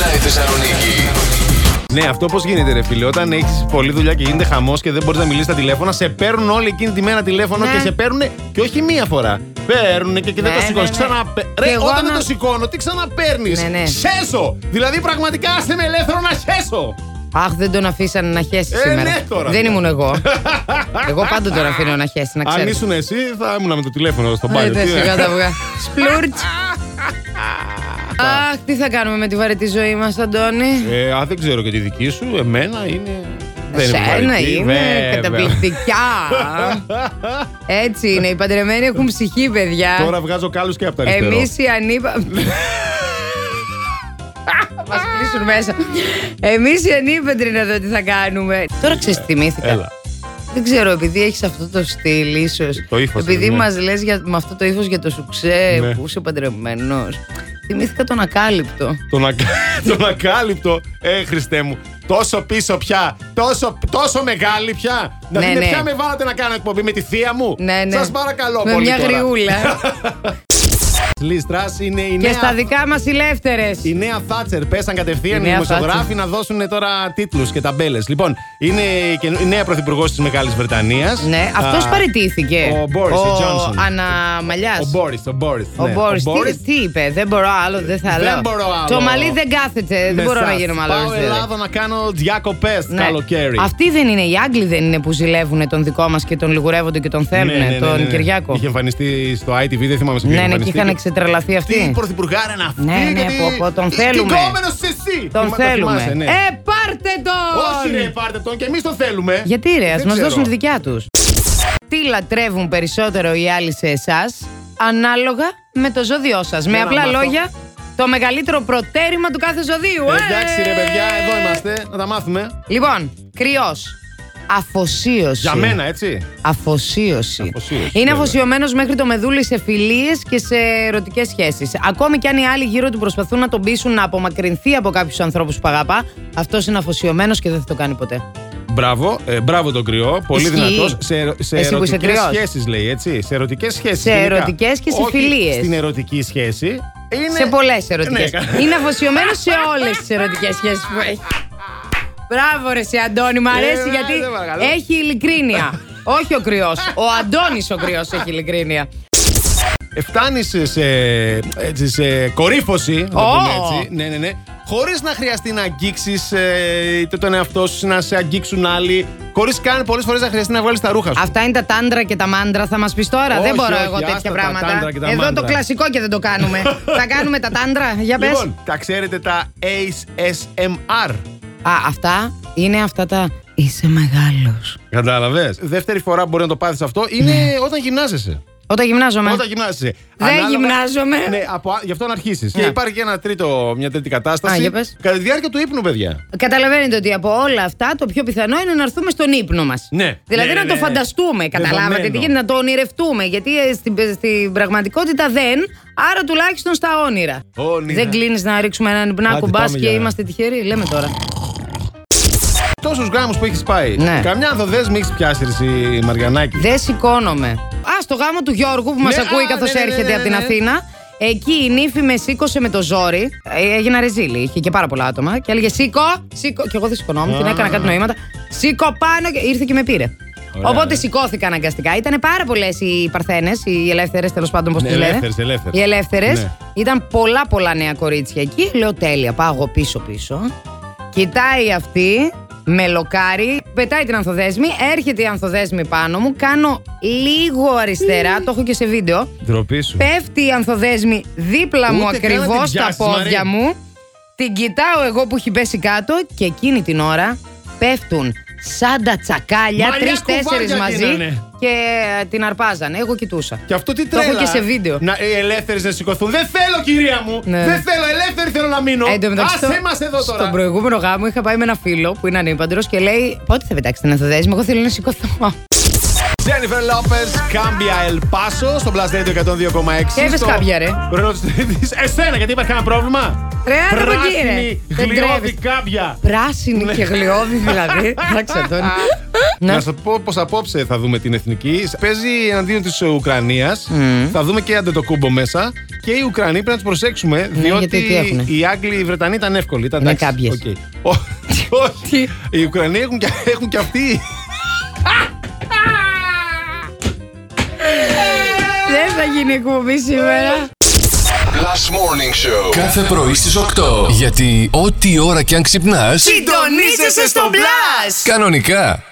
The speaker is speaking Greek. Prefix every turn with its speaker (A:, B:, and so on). A: Θεσσαλονίκη.
B: Ναι, αυτό πώς γίνεται, ρε φίλε. Όταν έχεις πολλή δουλειά και γίνεται χαμός και δεν μπορείς να μιλήσεις τα τηλέφωνα, σε παίρνουν όλη εκείνη τη μέρα τηλέφωνο
C: Ναι.
B: και σε παίρνουν και όχι μία φορά. Παίρνουν και, και δεν
C: Ναι,
B: το σηκώνεις.
C: ναι, ναι.
B: Ξαναπε...
C: Και
B: Ρε,
C: εγώ
B: όταν δεν
C: άμα-
B: το σηκώνω, τι ξαναπαίρνεις.
C: Ναι, ναι.
B: Σέσω! Δηλαδή, πραγματικά άστε με ελεύθερο να σέσω.
C: Αχ, δεν τον αφήσανε να χέσει
B: Ε,
C: σήμερα.
B: ναι, τώρα.
C: Δεν ήμουν εγώ. εγώ πάντα τον αφήνω να χέσει, να
B: Αν
C: ξέρεις.
B: ήσουν εσύ, θα ήμουν με το τηλέφωνο στο μπάνιο.
C: Άντε,
B: Τι,
C: σιγά
B: ε.
C: τα αυγά. Σπλούρτ. Αχ, τι θα κάνουμε με τη βαρετή ζωή μας, Αντώνη.
B: Ε, α, δεν ξέρω και τη δική σου. Εμένα είναι. Δεν είναι
C: Σένα
B: βαρετή,
C: είναι
B: βέβαια.
C: καταπληκτικά. Έτσι είναι. Οι παντρεμένοι έχουν ψυχή, παιδιά.
B: Τώρα βγάζω κάλους και από τα αριστερό.
C: Εμείς οι ανήπα. Μας κλείσουν μέσα. Εμείς οι ανήπαντροι να δω τι θα κάνουμε. Τώρα ξεστημήθηκα.
B: Έλα.
C: Δεν ξέρω, επειδή έχεις αυτό το στυλ, ίσως.
B: Το ύφος,
C: Επειδή
B: ναι.
C: μας λες με αυτό το ύφος για το σουξέ
B: Ναι.
C: που είσαι παντρεμένος. Θυμήθηκα τον ακάλυπτο.
B: Τον, ακα... τον ακάλυπτο. Ε, Χριστέ μου. Τόσο πίσω πια. Τόσο, τόσο μεγάλη πια. Να
C: Ναι,
B: δείτε
C: ναι.
B: πια με βάλατε να κάνω εκπομπή με τη θεία μου.
C: Ναι, ναι.
B: Σας παρακαλώ
C: Με
B: πολύ
C: μια
B: τώρα.
C: γριούλα.
B: Λίστρας είναι η
C: και
B: νέα...
C: στα δικά μας ηλεύθερε.
B: Η νέα Θάτσερ πέσαν κατευθείαν
C: Η
B: οι
C: νέα
B: δημοσιογράφοι
C: Θάτσερ.
B: να δώσουν τώρα τίτλους και ταμπέλες. Λοιπόν, είναι η καινο- η νέα πρωθυπουργός της Μεγάλης Βρετανίας.
C: Ναι, αυτός παραιτήθηκε.
B: Ο Μπόρι Τζόνσον.
C: Αναμαλιάς.
B: Ο Μπόρι, ο Μπόρι.
C: Ο Μπόρις, τι, τι είπε, δεν μπορώ άλλο, δεν θα
B: Δεν
C: λέω.
B: μπορώ άλλο.
C: Το μαλλί δεν κάθεται, δεν μπορώ να γίνω δηλαδή. Ναι. μαλλιός.
B: Πάω Ελλάδα να κάνω διακοπέ καλοκαίρι.
C: Αυτοί δεν είναι, οι Άγγλοι δεν είναι που ζηλεύουν τον δικό μας και τον λιγουρεύονται και
B: Ναι,
C: τον θέλουν, τον Κυριάκο.
B: Είχε εμφανιστεί στο ITV, δεν θυμάμαι σε ποιο
C: ναι, ναι,
B: είχε
C: και είχαν
B: εμφανιστεί.
C: εξετρελαθεί
B: Τι
C: αυτοί.
B: πρωθυπουργάρα να αυτή.
C: Ναι, ναι,
B: και τι-
C: πω, πω, τον
B: τι
C: θέλουμε.
B: κόμενος εσύ.
C: Τον
B: Μα, το
C: θέλουμε.
B: θυμάσαι, ναι.
C: Ε, πάρτε τον!
B: Όχι, ρε, πάρτε τον και εμείς τον θέλουμε.
C: Γιατί ρε, ας
B: Δεν
C: μας
B: ξέρω.
C: δώσουν τη δικιά τους. Τι λατρεύουν περισσότερο οι άλλοι σε εσάς, ανάλογα με το ζώδιό σας. Με
B: Για να
C: απλά
B: μάθω.
C: λόγια, το μεγαλύτερο προτέρημα του κάθε ζωδίου.
B: Ε,
C: Ε!
B: Εντάξει, ρε, παιδιά, εδώ είμαστε. Να τα μάθουμε.
C: Λοιπόν, κρυός. Αφοσίωση.
B: Για μένα, έτσι.
C: Αφοσίωση.
B: Αφοσίωση,
C: Είναι
B: βέβαια.
C: αφοσιωμένος μέχρι το μεδούλη σε φιλίες και σε ερωτικές σχέσεις. Ακόμη κι αν οι άλλοι γύρω του προσπαθούν να τον πείσουν να απομακρυνθεί από κάποιους ανθρώπους που αγαπά, αυτός είναι αφοσιωμένος και δεν θα το κάνει ποτέ.
B: Μπράβο, ε, μπράβο τον κρυό. Πολύ
C: Ισχύει.
B: δυνατός. Σε, ερω- σε
C: Εσύ που είσαι
B: ερωτικές
C: κρυός.
B: σχέσεις, λέει έτσι. Σε ερωτικές σχέσεις.
C: Σε ερωτικές και σε φιλίες.
B: Στην ερωτική σχέση. Είναι...
C: Σε πολλές ερωτικές.
B: Ναι, κα-
C: είναι αφοσιωμένος σε όλες τις ερωτικές σχέσεις που έχει. Μπράβο, ρε, σε Αντώνη, μου αρέσει
B: Ε,
C: γιατί
B: δεν παρακαλώ.
C: έχει ειλικρίνεια. Όχι ο κρυός. Ο Αντώνης ο κρυός έχει ειλικρίνεια.
B: φτάνει Ε, σε, σε, έτσι, σε κορύφωση. να το
C: Ω!
B: πούμε έτσι. Ναι, ναι, ναι. Χωρίς να χρειαστεί να αγγίξεις είτε τον εαυτό σου, να σε αγγίξουν άλλοι. Χωρίς καν πολλές φορές να χρειαστεί να βγάλεις τα ρούχα σου.
C: Αυτά είναι τα τάντρα και τα μάντρα, θα μας πεις τώρα.
B: Όχι,
C: δεν μπορώ
B: όχι,
C: εγώ
B: άστα
C: τέτοια
B: τα
C: πράγματα.
B: τάντρα και τα
C: Εδώ
B: μάντρα.
C: το κλασικό και δεν το κάνουμε. θα κάνουμε τα τάντρα, για πες.
B: Λοιπόν, τα ξέρετε τα ASMR.
C: Α, αυτά είναι αυτά τα. Είσαι μεγάλος.
B: Κατάλαβες. Δεύτερη φορά που μπορεί να το πάθεις αυτό είναι όταν γυμνάζεσαι.
C: Όταν γυμνάζομαι.
B: Όταν γυμνάζεσαι.
C: Ναι. Δεν γυμνάζομαι.
B: Ναι, από, γι' αυτό να αρχίσεις.
C: Ναι.
B: Και υπάρχει και ένα τρίτο, μια τρίτη κατάσταση.
C: Α, για πες.
B: Κατά τη διάρκεια του ύπνου, παιδιά.
C: Καταλαβαίνετε ότι από όλα αυτά το πιο πιθανό είναι να έρθουμε στον ύπνο μας.
B: Ναι.
C: Δηλαδή
B: Ναι,
C: να
B: ναι,
C: το
B: ναι.
C: φανταστούμε, καταλάβατε.
B: Δεδομένο.
C: Τι γίνεται, να το ονειρευτούμε. Γιατί ε, στην, στην πραγματικότητα δεν, άρα τουλάχιστον στα όνειρα.
B: Όνειρα.
C: Δεν κλείνεις να ρίξουμε έναν
B: Άντε,
C: υπνάκο μπα
B: πάμε
C: και
B: για-
C: είμαστε τυχεροί. Λέμε τώρα.
B: Τόσους γάμους που έχεις πάει.
C: Ναι.
B: Καμιά ανθοδέσμη έχεις πιάσει ρε, εσύ, Μαριανάκη.
C: Δεν σηκώνομαι. Α, στο γάμο του Γιώργου που μα
B: Ναι,
C: ακούει
B: α,
C: καθώς
B: ναι, ναι, ναι,
C: έρχεται
B: ναι,
C: από την
B: ναι.
C: Αθήνα. Εκεί η νύφη με σήκωσε με το ζόρι. Ε, Έγινα ρεζίλη. Είχε και πάρα πολλά άτομα. Και έλεγε Σήκω, σήκω. Και εγώ δεν σηκωνόμουν. Την έκανα κάτι νοήματα. Σήκω πάνω και ήρθε και με πήρε.
B: Ωραία.
C: Οπότε σηκώθηκα αναγκαστικά. Ήταν πάρα πολλές οι παρθένες, οι ελεύθερες τέλος πάντων, πώς
B: Ναι,
C: τις λένε.
B: ελεύθερες, ελεύθερες.
C: Οι ελεύθερες.
B: Ναι.
C: Ήταν πολλά πολλά νέα κορίτσια εκεί. Λέω τέλεια, πάω εγώ πίσω-πίσω. Κοιτάει αυτή, με λοκάρι, πετάει την ανθοδέσμη, έρχεται η ανθοδέσμη πάνω μου, κάνω λίγο αριστερά, το έχω και σε βίντεο.
B: Ντροπή σου.
C: Πέφτει η ανθοδέσμη δίπλα μου
B: Ούτε καν να την
C: ακριβώ στα
B: πιάσεις,
C: πόδια
B: Μαρία.
C: μου. Την κοιτάω εγώ που έχει πέσει κάτω και εκείνη την ώρα πέφτουν σαν τα τσακάλια,
B: Μαλλιά
C: τρει-τέσσερι
B: κουβάρια
C: μαζί
B: γίνανε.
C: και ε, την αρπάζανε. Εγώ κοιτούσα.
B: Και αυτό τι
C: Το έχω
B: τρέλα.
C: και σε βίντεο.
B: Να, οι ελεύθερε να σηκωθούν. Δεν θέλω, κυρία μου.
C: Ναι.
B: Δεν θέλω, ελεύθερη θέλω να μείνω.
C: Ε, εν τω μεταξύ, στο-
B: Άσε μας εδώ τώρα.
C: Στον προηγούμενο γάμο είχα πάει με ένα φίλο που είναι ανήπαντρος και λέει: Πότε θα πετάξει την ανθοδέσμη, εγώ θέλω να σηκωθώ.
B: Jennifer Lopez, Κάμπια El Paso στο Blast Radio 102,6.
C: Έβες
B: Στο
C: κάμπια, ρε.
B: ρολό της τρίτης. Εσένα, γιατί υπάρχει κανένα πρόβλημα.
C: Ρε, άντε από εκεί, ρε.
B: Πράσινη,
C: Δεν
B: γλυώδη
C: τρέβεις.
B: κάμπια.
C: Πράσινη και γλιώδη δηλαδή. Εντάξει, Αντώνη. Ναι.
B: Να σα πω πως απόψε θα δούμε την εθνική. Παίζει εναντίον της Ουκρανίας. Θα δούμε και αντετοκούμπο μέσα. Και οι Ουκρανοί πρέπει να τους προσέξουμε. διότι
C: Ναι, γιατί τι έχουνε?
B: οι Άγγλοι, οι Βρετανοί ήταν εύκολοι. Ήταν
C: Είναι
B: εντάξει,
C: κάμπιες.
B: οκ. Ό- Όχι. Οι Ουκρανοί έχουν και, έχουν και αυτοί.
C: Δεν θα γίνει εκπομπή σήμερα.
A: Last Morning Show.
D: Κάθε πρωί στις 8. Γιατί ό,τι ώρα κι αν ξυπνάς,
C: Συντονίζεσαι στο μπλα!
D: κανονικά